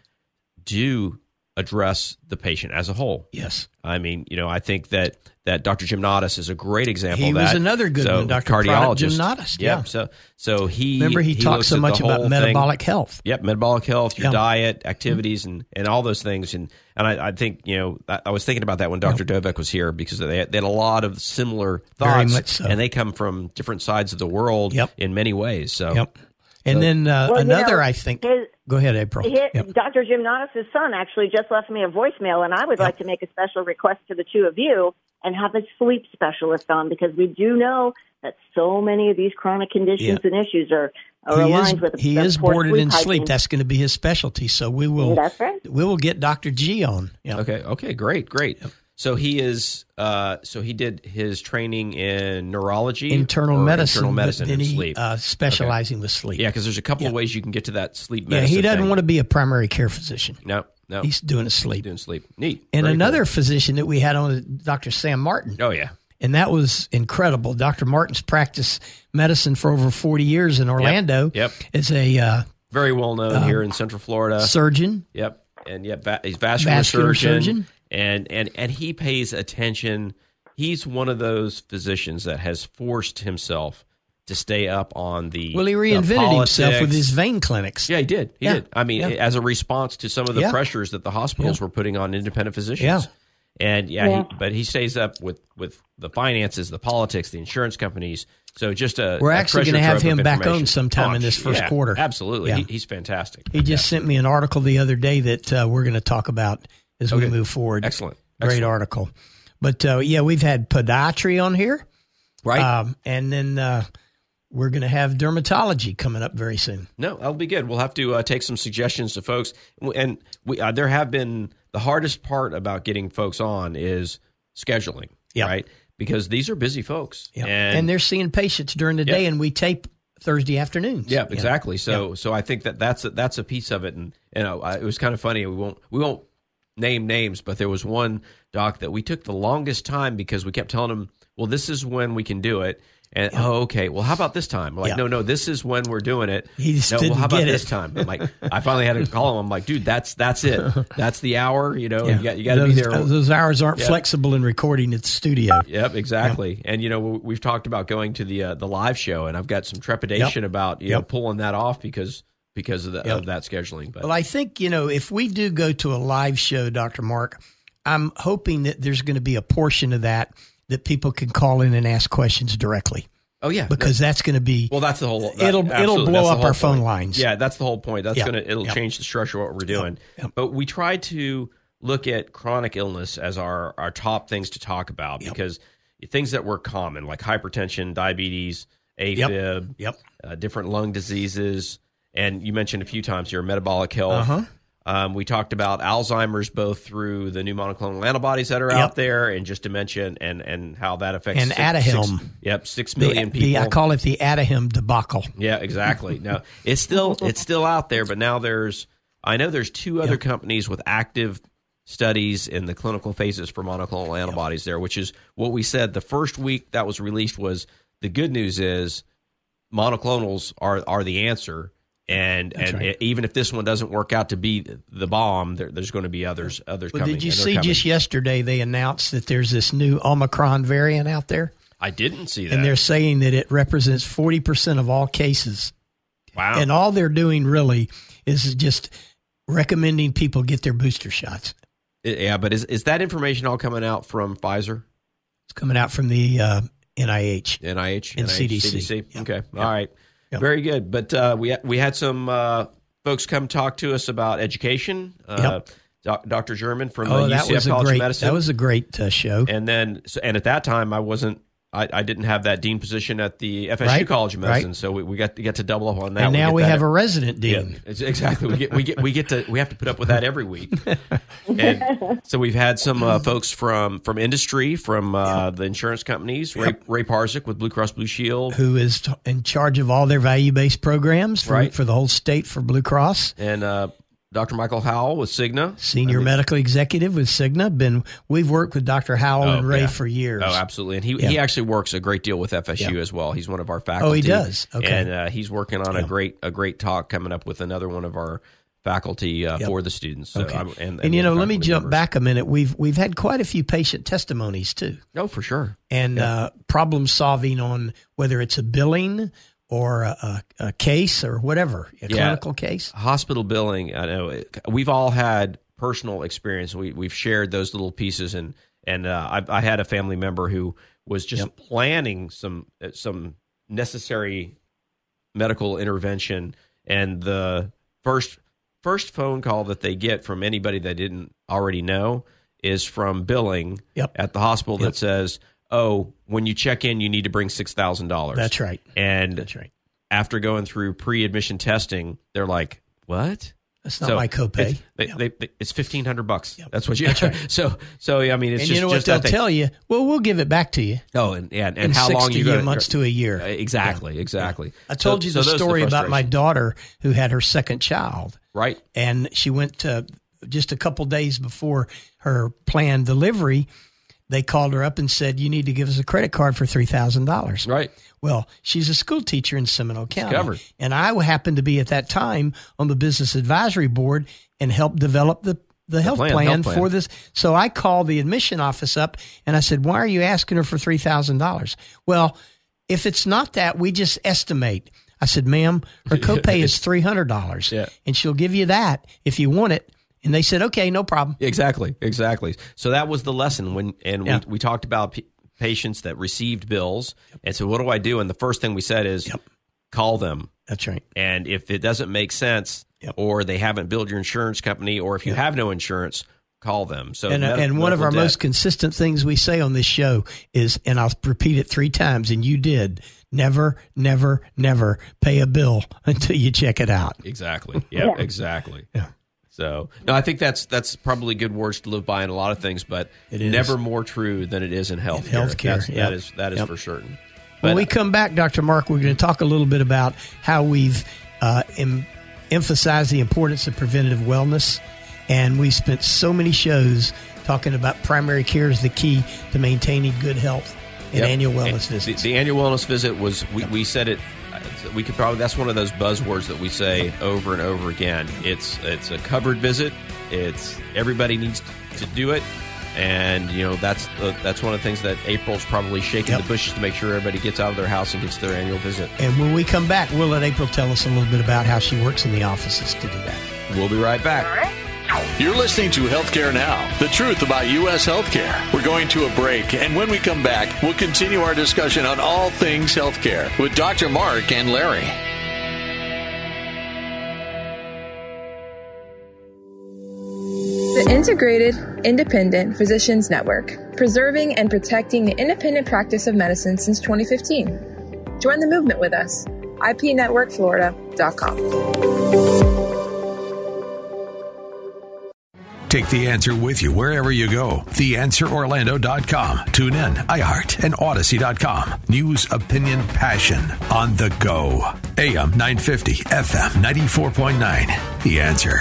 do address the patient as a whole. Yes, I mean, you know, I think that that Dr. Gymnotis is a great example. He of that. was another good so, one, Dr. Product Cardiologist, Gymnotis, Yep. yeah. So, so he remember he, talked looks so at much the about whole thing. metabolic health. Yep, metabolic health, your Yeah. Mm-hmm. diet, activities, and, and all those things. And and I, I think you know I, I was thinking about that when Dr. Dovek was here because they had, they had a lot of similar Very thoughts, much so. and they come from different sides of the world Yep. in many ways. So Yep. And then uh, Well, you know, another, I think. his- go ahead, April. His, Yep. Dr. Gymnotis' son actually just left me a voicemail, and I would like to make a special request to the two of you and have a sleep specialist on because we do know that so many of these chronic conditions and issues are, are He is, aligned with he the is poor boarded in hygiene. sleep. That's going to be his specialty. So we will That's right. we will get Dr. G on. Yeah. Okay. Okay. Great. Great. So he is. Uh, so he did his training in neurology, Internal or medicine. internal but medicine, then and he, sleep. Uh, specializing with sleep. yeah, because there's a couple of ways you can get to that sleep. Yeah, Medicine he doesn't thing. want to be a primary care physician. No. No. He's doing his sleep. doing sleep. Neat. and Very another physician that we had on, Dr. Sam Martin. cool. Oh yeah. and that was incredible. Dr. Martin's practiced medicine for over 40 years in Orlando. Yep. Uh, Is a uh, Very well known here in Central Florida. surgeon. Yep, and yep, va- he's vascular, Vascular surgeon, surgeon. and and and he pays attention. He's one of those physicians that has forced himself to stay up on the. Well, he the reinvented himself with politics. his vein clinics. Yeah, he did. He Yeah, did. I mean, yeah. as a response to some of the Yeah. pressures that the hospitals were putting on independent physicians. Yeah. And yeah, He, but he stays up with with the finances, the politics, the insurance companies. So just a We're a actually treasure gonna have trove of him back information. on sometime Oh, in this first yeah, quarter. Absolutely, Yeah. he, he's fantastic. He just sent me an article the other day that uh, we're going to talk about as we Okay. move forward. Excellent. Great Excellent. article. But uh, yeah, we've had podiatry on here. right? Um, and then uh, we're going to have dermatology coming up very soon. No, that'll be good. We'll have to uh, take some suggestions to folks, and we uh, there have been the hardest part about getting folks on is scheduling, Yeah. right? Because these are busy folks, Yeah. and, they're seeing patients during the Yeah. day, and we tape Thursday afternoons. yeah, exactly. So, so I think that that's a, that's a piece of it, and you know, I, it was kind of funny. We won't we won't name names, but there was one doc that we took the longest time because we kept telling him, "Well, this is when we can do it." And oh, okay. Well, how about this time? We're like, Yeah. no, no, this is when we're doing it. He just no, didn't well, how about get it. this time? I'm like, I finally had to call him. I'm like, dude, that's that's it. That's the hour. You know, Oh, you got you got to be those, there. uh, Those hours aren't Yeah. flexible in recording at the studio. Yep, exactly. And you know, we- we've talked about going to the uh, the live show, and I've got some trepidation about you know Yep. pulling that off because because of, the, of that scheduling. But Well, I think, you know, if we do go to a live show, Dr. Mark, I'm hoping that there's going to be a portion of that that people can call in and ask questions directly oh yeah, because that's going to be well, that's the whole. that- it'll it'll absolutely, blow that's the up whole our phone point. lines. Yeah, that's the whole point. That's Yeah. gonna it'll Yeah. change the structure of what we're doing. Yeah. But we try to look at chronic illness as our our top things to talk about because things that were common like hypertension, diabetes, AFib, Yep. uh, different lung diseases, and you mentioned a few times here metabolic health. Uh-huh. Um, we talked about Alzheimer's both through the new monoclonal antibodies that are Yep. out there, and just dementia, and and how that affects And six- Adahem. six- yep, six The- million the- people. I call it the Adahem debacle. Yeah, exactly. No, it's still it's still out there, but now there's I know there's two other companies with active studies in the clinical phases for monoclonal antibodies there, which is what we said the first week that was released was the good news is monoclonals are are the answer. And and e, right. even if this one doesn't work out to be the bomb, there, there's going to be others others Well, coming. did you and they're see coming. just yesterday they announced that there's this new Omicron variant out there? I didn't see that. And they're saying that it represents 40% of all cases. wow. And all they're doing really is just recommending people get their booster shots. yeah, but is is that information all coming out from Pfizer? It's coming out from the uh, NIH. NIH And NIH, CDC. Yeah. Okay, all right, Yeah. very good. But uh, we we had some uh, folks come talk to us about education. Uh, doc, Dr. German from uh, Oh, that UCF was a College great. of Medicine. That was a great uh, show. and then so, and at that time I wasn't. I, I didn't have that dean position at the FSU Right, College of Medicine, right. so we, we got to get to double up on that. And now get we that have a resident yeah, dean. it's- exactly. We get we get we get to we have to put up with that every week. And so we've had some uh, folks from from industry, from uh, the insurance companies, Ray, Ray Parzik with Blue Cross Blue Shield, Who is t- in charge of all their value based programs for, Right. for the whole state for Blue Cross? and uh, Dr. Michael Howell with Cigna. Senior medical executive with Cigna. Been we've worked with Dr. Howell Oh, and Ray yeah. for years. Oh, absolutely. And he, he actually works a great deal with FSU as well. He's one of our faculty. Oh, he does? Okay. And uh, he's working on a great a great talk coming up with another one of our faculty uh, for the students. So Okay. I'm- and, the you know, other let me faculty jump members. back a minute. We've we've had quite a few patient testimonies too. No, Oh, for sure. and uh, problem solving on whether it's a billing or a, a, a case or whatever, a Yeah. clinical case. hospital billing i know it- we've all had personal experience we, we've shared those little pieces and and uh, I, I had a family member who was just planning some uh, some necessary medical intervention and the first first phone call that they get from anybody they didn't already know is from billing Yep. at the hospital Yep. that says, "Oh, when you check in, you need to bring six thousand dollars." That's right. And That's right. after going through pre-admission testing, they're like, "What?" That's not my copay. It's, they, Yeah. they, they- it's fifteen hundred bucks. Yep. That's what you. That's right. So, so I mean, it's and just you know what just they'll that thing. tell you? Well, we'll give it back to you Oh, and and, and in how six long to you go Uh, months to a year. Exactly, exactly. I told So- you so the those are story about my frustrations. daughter who had her second child. right. and she went to just a couple days before her planned delivery they called her up and said you need to give us a credit card for $3000 Right. well she's a school teacher in seminole county covered. and i happened to be at that time on the business advisory board and helped develop the the health, plan, plan, health plan. for this so i called the admission office up and i said why are you asking her for $3000 well if it's not that we just estimate i said ma'am her copay is $300 Yeah. and she'll give you that if you want it. And they said, okay, no problem. Exactly, exactly. So that was the lesson when, and Yeah. we, we talked about p- patients that received bills and said, "What do I do?" And the first thing we said is, Yep. "Call them." That's right. And if it doesn't make sense, Yep. or they haven't billed your insurance company, or if you have no insurance, call them. So And, uh, med- and one of medical our debt- most consistent things we say on this show is, and I'll repeat it three times, and you did never, never, never pay a bill until you check it out. Exactly. Yeah, exactly. Yeah. So no, I think that's that's probably good words to live by in a lot of things, but It is. never more true than it is in healthcare. healthcare, That's, yep. That is that is Yep. for certain. when But- we come back, Dr. Mark, we're going to talk a little bit about how we've uh, em- emphasized the importance of preventative wellness. And we spent so many shows talking about primary care is the key to maintaining good health and Yep. annual wellness And visits. The, the annual wellness visit was we, we said it. uh, We could probably that's one of those buzzwords that we say over and over again. It's it's a covered visit. It's everybody needs to do it, and you know that's the, that's one of the things that April's probably shaking Yep. the bushes to make sure everybody gets out of their house and gets their annual visit. and when we come back, we'll let April tell us a little bit about how she works in the offices to do that. We'll be right back. You're listening to Healthcare Now, the truth about U.S. healthcare. We're going to a break, and when we come back, we'll continue our discussion on all things healthcare with Dr. Mark and Larry. The Integrated Independent Physicians Network, preserving and protecting the independent practice of medicine since 2015. Join the movement with us. IPNetworkFlorida.com. Take the answer with you wherever you go. TheAnswerOrlando.com. Tune in, iHeart, and Odyssey.com. News, opinion, passion on the go. AM 950, FM 94.9. The answer.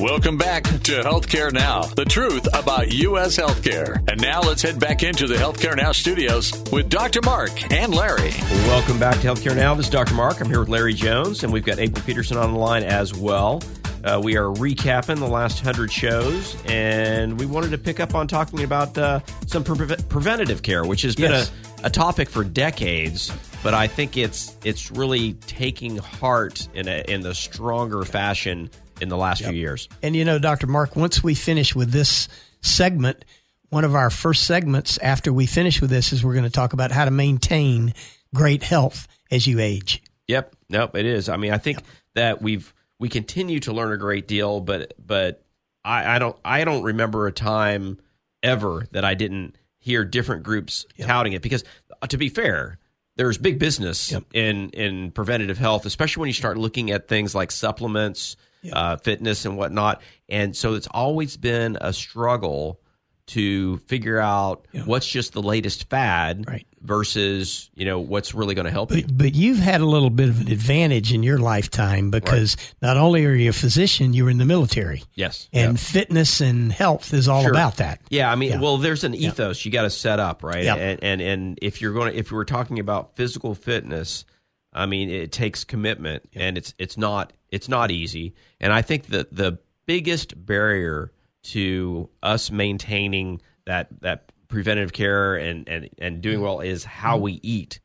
Welcome back to Healthcare Now, the truth about U.S. healthcare. And now let's head back into the Healthcare Now studios with Dr. Mark and Larry. Welcome back to Healthcare Now. This is Dr. Mark. I'm here with Larry Jones, and we've got April Peterson on the line as well. Uh, we are recapping the last 100 shows, and we wanted to pick up on talking about uh, some pre- preventative care, which has been Yes. a, a topic for decades, but I think it's it's really taking heart in a, in the stronger fashion in the last few years. And you know, Dr. Mark, once we finish with this segment, one of our first segments after we finish with this is we're going to talk about how to maintain great health as you age. Yep. Nope. It is. I mean, I think that we've we continue to learn a great deal, but but I, I don't I don't remember a time ever that I didn't hear different groups touting it because uh, to be fair, there's big business in in preventative health, especially when you start looking at things like supplements, uh, fitness, and whatnot. And so it's always been a struggle to figure out what's just the latest fad Right. versus you know what's really going to help you. But, but you've had a little bit of an advantage in your lifetime because not only are you a physician, you were in the military. Yes. And fitness and health is all Sure. about that. Yeah, I mean, well, there's an ethos you got to set up, right? Yeah. And, and and if you're going to if we're talking about physical fitness, I mean, it takes commitment, and it's it's not it's not easy. And I think that the biggest barrier to us maintaining that that preventative care and and and doing well is how we eat.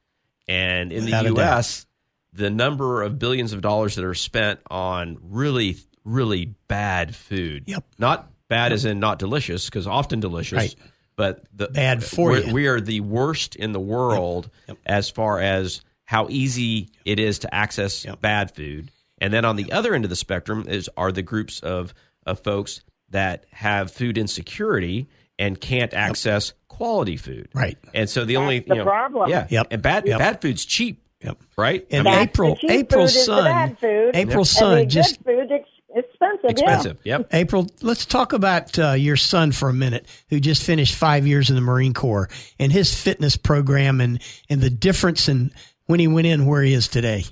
And in Without a the doubt. U.S., the number of billions of dollars that are spent on really really bad food. Yep. Not bad as in not delicious, because often delicious, Right. but the Bad for we're- you. We are the worst in the world as far as how easy it is to access bad food. And then on the other end of the spectrum is are the groups of, of folks that have food insecurity and can't access quality food. Right. And so the only the you know, problem. Yeah. Yep. And bad Yep. bad food's cheap. Yep. Right? And That's April, the cheap April food is the Sun, bad food. April and the Sun, just good food ex- expensive. expensive. Yep. April, let's talk about uh, your son for a minute, who just finished five years in the Marine Corps and his fitness program and, and the difference in when he went in where he is today.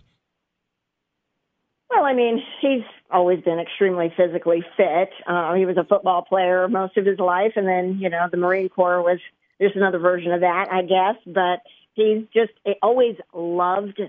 Yeah. Well, I mean, he's always been extremely physically fit. Uh, he was a football player most of his life, and then you know the Marine Corps was just another version of that, I guess. But he's just he always loved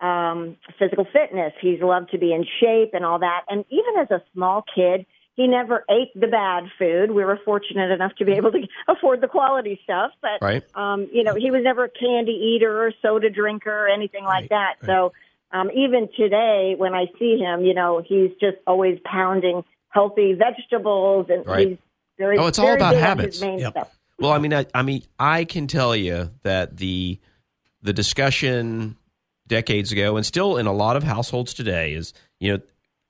um, physical fitness. He's loved to be in shape and all that. And even as a small kid, he never ate the bad food. We were fortunate enough to be able to afford the quality stuff, but Right. um, you know, he was never a candy eater or soda drinker or anything like that. So um, even today, when I see him, you know, he's just always pounding healthy vegetables, and Right. he's very Oh, it's all very about big on habits. his main Yep. stuff. Well, I mean, I, I mean, I can tell you that the the discussion decades ago, and still in a lot of households today, is you know,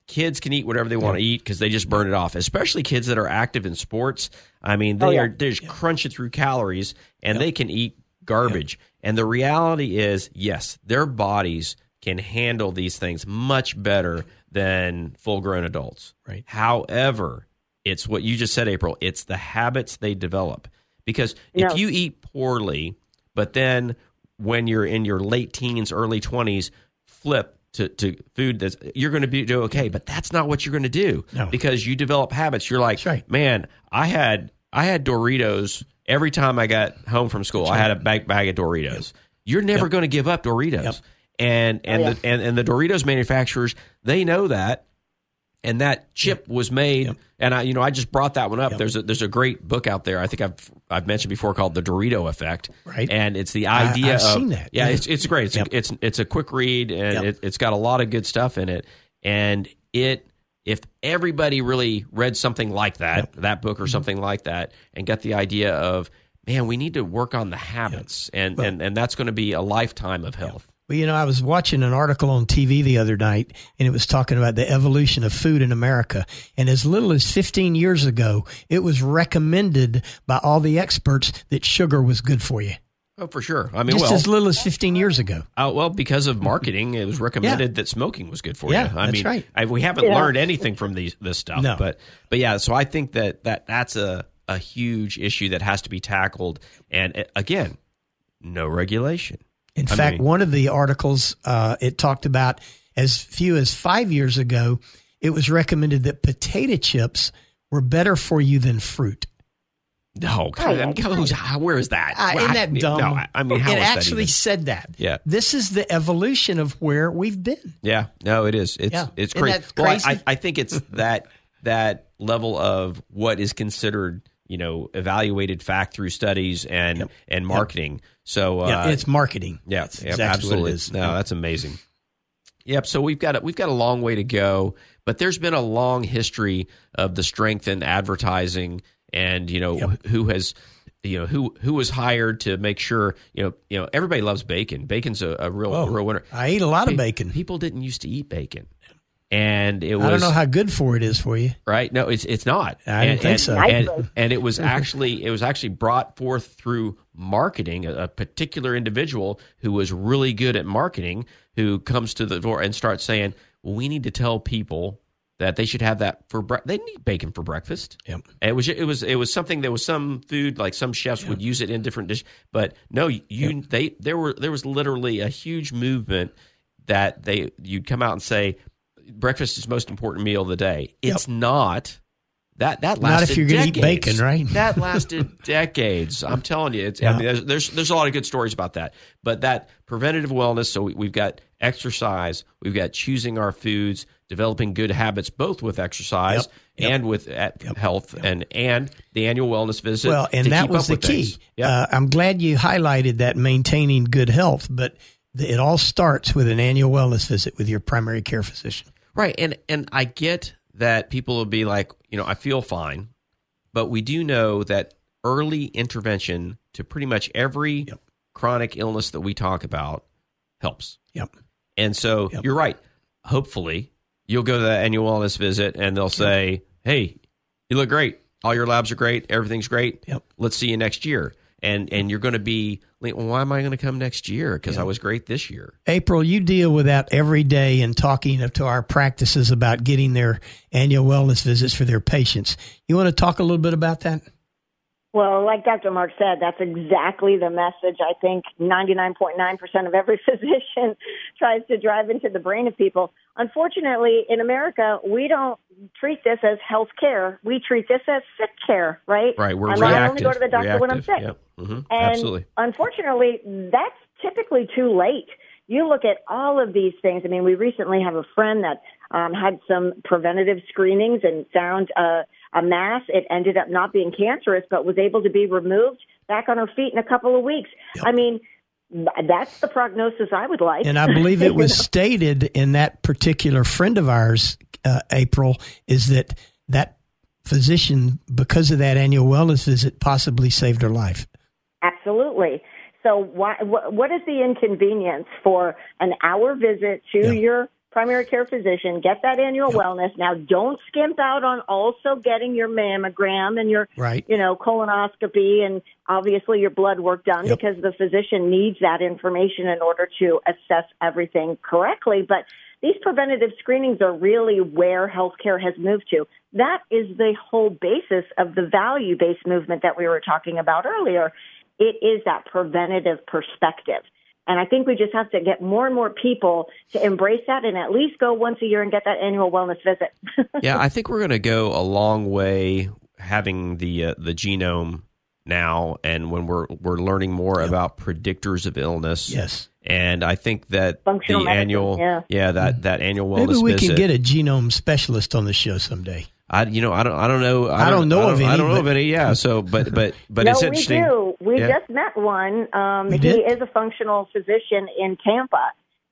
kids can eat whatever they want to eat because they just burn it off. Especially kids that are active in sports. I mean, they Oh, yeah. are they're just crunching through calories, and they can eat garbage. And the reality is, yes, their bodies can handle these things much better than full grown adults. Right. However, it's what you just said, April. It's the habits they develop. Because if No. you eat poorly, but then when you're in your late teens, early 20s, flip to, to food that's you're going to be do okay, but that's not what you're going to do No. because you develop habits. You're like, That's right. man, I had I had Doritos every time I got home from school. I had a bag bag of Doritos. You're never going to give up Doritos, Yep. and and yeah. the, and and the Doritos manufacturers they know that and that chip was made. And I, you know, I just brought that one up. There's a there's a great book out there. I think I've I've mentioned before called The Dorito Effect. Right. And it's the I- idea. I've of- seen that. Yeah, Yeah. it's it's great. It's Yep. a, it's it's a quick read and Yep. it, it's got a lot of good stuff in it. And it if everybody really read something like that, that book Mm-hmm. or something like that, and got the idea of man, we need to work on the habits, and, and and that's going to be a lifetime of health. Well, you know, I was watching an article on TV the other night, and it was talking about the evolution of food in America. And as little as 15 years ago, it was recommended by all the experts that sugar was good for you. Oh, for sure. I mean, Just well, as little as 15 years ago. Uh, well, because of marketing, it was recommended that smoking was good for Yeah, you. I that's mean, right. I, we haven't Yeah. learned anything from these this stuff, No. but but yeah. So I think that that that's a a huge issue that has to be tackled. And uh, again, no regulation. In I fact, mean- one of the articles uh, it talked about as few as five years ago, it was recommended that potato chips were better for you than fruit. No, God, I'm- who's- how- where is that? Oh, Uh, isn't that dumb? No, I, I mean, how is it that actually even- said that. Yeah. this is the evolution of where we've been. Yeah, no, it is. It's Yeah. it's Isn't crazy. that Well, I- crazy? I, I think it's that that level of what is considered, you know, evaluated fact through studies and and marketing. So uh, yeah, it's marketing. Yeah, That's yep, exactly absolutely. what it is. No, that's amazing. Yep. So we've got a, we've got a long way to go, but there's been a long history of the strength in advertising, and you know who has, you know who who was hired to make sure you know you know everybody loves bacon. Bacon's a, a real Whoa. real winner. Oh, I eat a lot of bacon. People didn't used to eat bacon, and it was I don't know how good for it is for you. right? No, it's it's not. I and, didn't think and- so. And, and it was actually it was actually brought forth through marketing. A, a particular individual who was really good at marketing who comes to the door and starts saying, "We need to tell people." That they should have that for bre- they need bacon for breakfast. Yep. And It was it was it was something there was some food like some chefs would use it in different dish, but no, you they there were there was literally a huge movement that they you'd come out and say breakfast is the most important meal of the day. It's not. That that Not if lasted you're gonna eat decades. bacon, right? that lasted decades. I'm telling you, it's, I mean, there's, there's there's a lot of good stories about that. But that preventative wellness. So we, we've got exercise, we've got choosing our foods, developing good habits, both with exercise Yep. Yep. and with at health, and and the annual wellness visit. Well, and to that keep was up the with key. things. Yeah. Uh, I'm glad you highlighted that maintaining good health, but th- it all starts with an annual wellness visit with your primary care physician. Right. And and I get that people will be like, you know, I feel fine, but we do know that early intervention to pretty much every chronic illness that we talk about helps. Yep. And so Yep. you're right. Hopefully, you'll go to that annual wellness visit and they'll say, "Hey, you look great. All your labs are great. Everything's great. Yep. Let's see you next year." And and you're going to be, like, well, "Why am I going to come next year? Because I was great this year." April, you deal with that every day in talking to our practices about getting their annual wellness visits for their patients. You want to talk a little bit about that? Well, like Dr. Mark said, that's exactly the message I think 99.9% of every physician tries to drive into the brain of people. Unfortunately, in America, we don't treat this as health care. We treat this as sick care, right? Right. We're I mean, reactive. I only go to the doctor when I'm Reactive. sick. Yep. Mhm. And Absolutely. unfortunately, that's typically too late. You look at all of these things. I mean, we recently have a friend that um, had some preventative screenings and found a, a mass. It ended up not being cancerous, but was able to be removed back on her feet in a couple of weeks. I mean, th- that's the prognosis I would like. And I believe it was stated in that particular friend of ours, uh, April, is that that physician, because of that annual wellness visit, possibly saved her life. Absolutely. So why, wh- what is the inconvenience for an hour visit to Yeah. your primary care physician? Get that annual wellness. Now don't skimp out on also getting your mammogram and your, Right. you know, colonoscopy and obviously your blood work done Yep. because the physician needs that information in order to assess everything correctly. But these preventative screenings are really where healthcare has moved to. That is the whole basis of the value based movement that we were talking about earlier. It is that preventative perspective. And I think we just have to get more and more people to embrace that and at least go once a year and get that annual wellness visit. yeah, I think we're going to go a long way having the uh, the genome now, and when we're we're learning more about predictors of illness. Yes. and I think that Functional the medicine, annual, yeah. that that annual wellness Mm-hmm. Maybe we visit. can get a genome specialist on the show someday. I you know I don't I don't know I don't know I of I any, don't know but- of any. Yeah, so but but but no, it's interesting. we do. We Yeah. just met one. Um, We he did? is a functional physician in Tampa,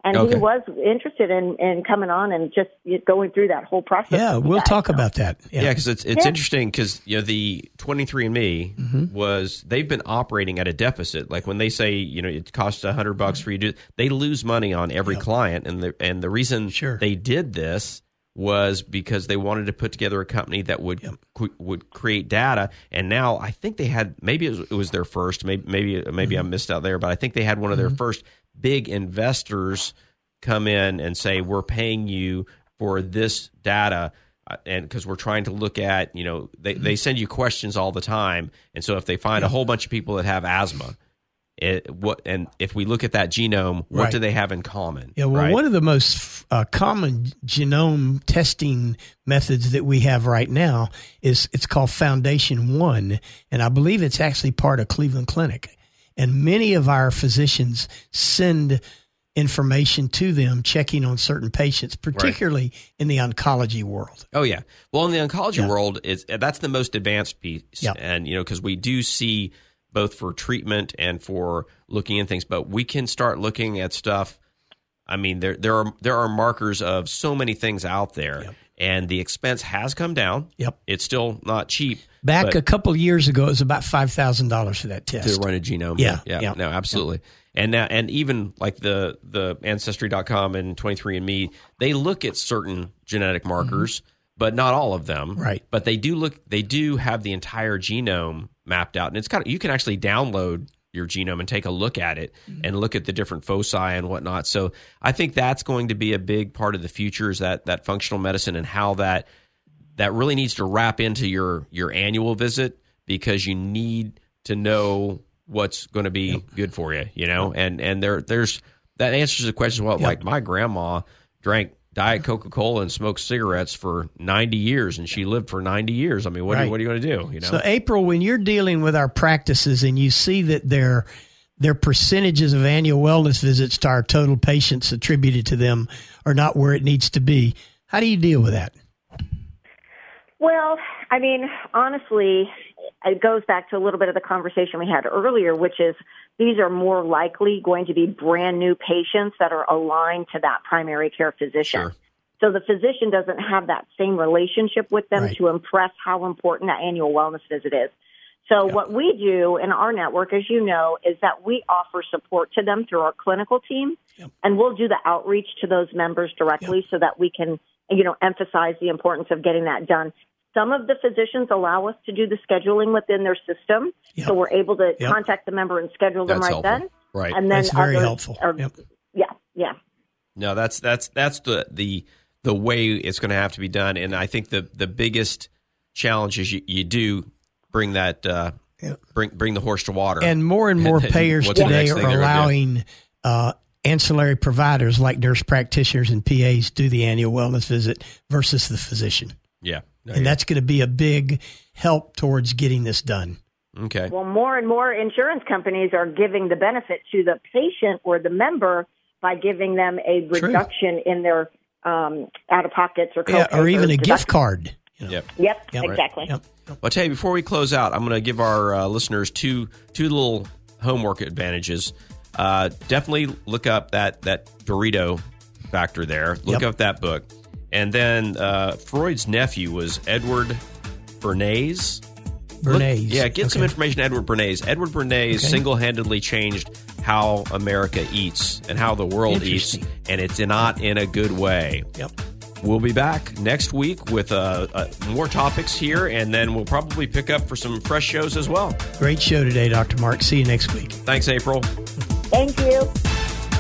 and Okay. he was interested in, in coming on and just you know, going through that whole process. Yeah, with you we'll guys. talk about that. Yeah, Mm-hmm. because it's it's interesting because you know the 23andMe was they've been operating at a deficit. Like when they say you know it costs a hundred bucks for you to, they lose money on every client, and the and the reason Sure. they did this was because they wanted to put together a company that would qu- would create data. And now I think they had maybe it was, it was their first, maybe maybe maybe I missed out there, but I think they had one of their first big investors come in and say we're paying you for this data uh, and because we're trying to look at you know they, they send you questions all the time and so if they find a whole bunch of people that have asthma it, what and if we look at that genome what Right. do they have in common Yeah, well, right? one of the most uh, common genome testing methods that we have right now is it's called Foundation One, and I believe it's actually part of Cleveland Clinic. And many of our physicians send information to them, checking on certain patients, particularly in the oncology world. Oh yeah. Well, in the oncology world, it's that's the most advanced piece, Yeah. and you know because we do see both for treatment and for looking in things, but we can start looking at stuff. I mean, there there are there are markers of so many things out there, and the expense has come down. Yep. It's still not cheap. Back but- a couple years ago, it was about five thousand dollars for that to test. run a genome. Yeah, yeah, yeah. no, absolutely. And now, and even like the the ancestry.com and 23andme, they look at certain genetic markers, but not all of them. Mm-hmm. Right. But they do look they do have the entire genome mapped out. And it's kind of you can actually download your genome and take a look at it Mm-hmm. and look at the different foci and whatnot. So I think that's going to be a big part of the future is that that functional medicine and how that that really needs to wrap into your your annual visit because you need to know what's going to be good for you you know and and there there's that answers the question well like my grandma drank diet coca-cola and smoked cigarettes for 90 years and she lived for 90 years i mean what, do, Right. what are you going to do you know So April, when you're dealing with our practices and you see that their their percentages of annual wellness visits to our total patients attributed to them are not where it needs to be, how do you deal with that? Well, I mean, honestly, it goes back to a little bit of the conversation we had earlier, which is these are more likely going to be brand new patients that are aligned to that primary care physician. Sure. So the physician doesn't have that same relationship with them Right. to impress how important that annual wellness visit is. So what we do in our network, as you know, is that we offer support to them through our clinical team, and we'll do the outreach to those members directly so that we can, you know, emphasize the importance of getting that done. Some of the physicians allow us to do the scheduling within their system, so we're able to Yep. contact the member and schedule them That's right helpful. then. Right. and then That's very others helpful. are- Yep. Yeah, yeah. No, that's that's that's the the the way it's going to have to be done, and I think the the biggest challenge is you, you do bring that uh, bring bring the horse to water, And more and more And payers what's the today next are thing they're gonna do? allowing uh, ancillary providers like nurse practitioners and PAs do the annual wellness visit versus the physician. yeah, No, And yeah. that's going to be a big help towards getting this done. okay, Well, more and more insurance companies are giving the benefit to the patient or the member by giving them a reduction in their um, out of pockets or Yeah, co-pays or even a gift deductions. card. You know. yep. Yep, Yep. exactly. Yep. Well, Tay, before we close out, I'm going to give our uh, listeners two two little homework advantages. Uh, definitely look up that that Dorito factor there. Look Yep. up that book, and then uh, Freud's nephew was Edward Bernays. Look- Bernays. yeah, get some Okay. information. Edward Bernays. Edward Bernays Okay. single-handedly changed how America eats and how the world eats, Interesting. and it's not in a good way. Yep. We'll be back next week with uh, uh, more topics here, and then we'll probably pick up for some fresh shows as well. Great show today, Dr. Mark. See you next week. Thanks, April. Thank you.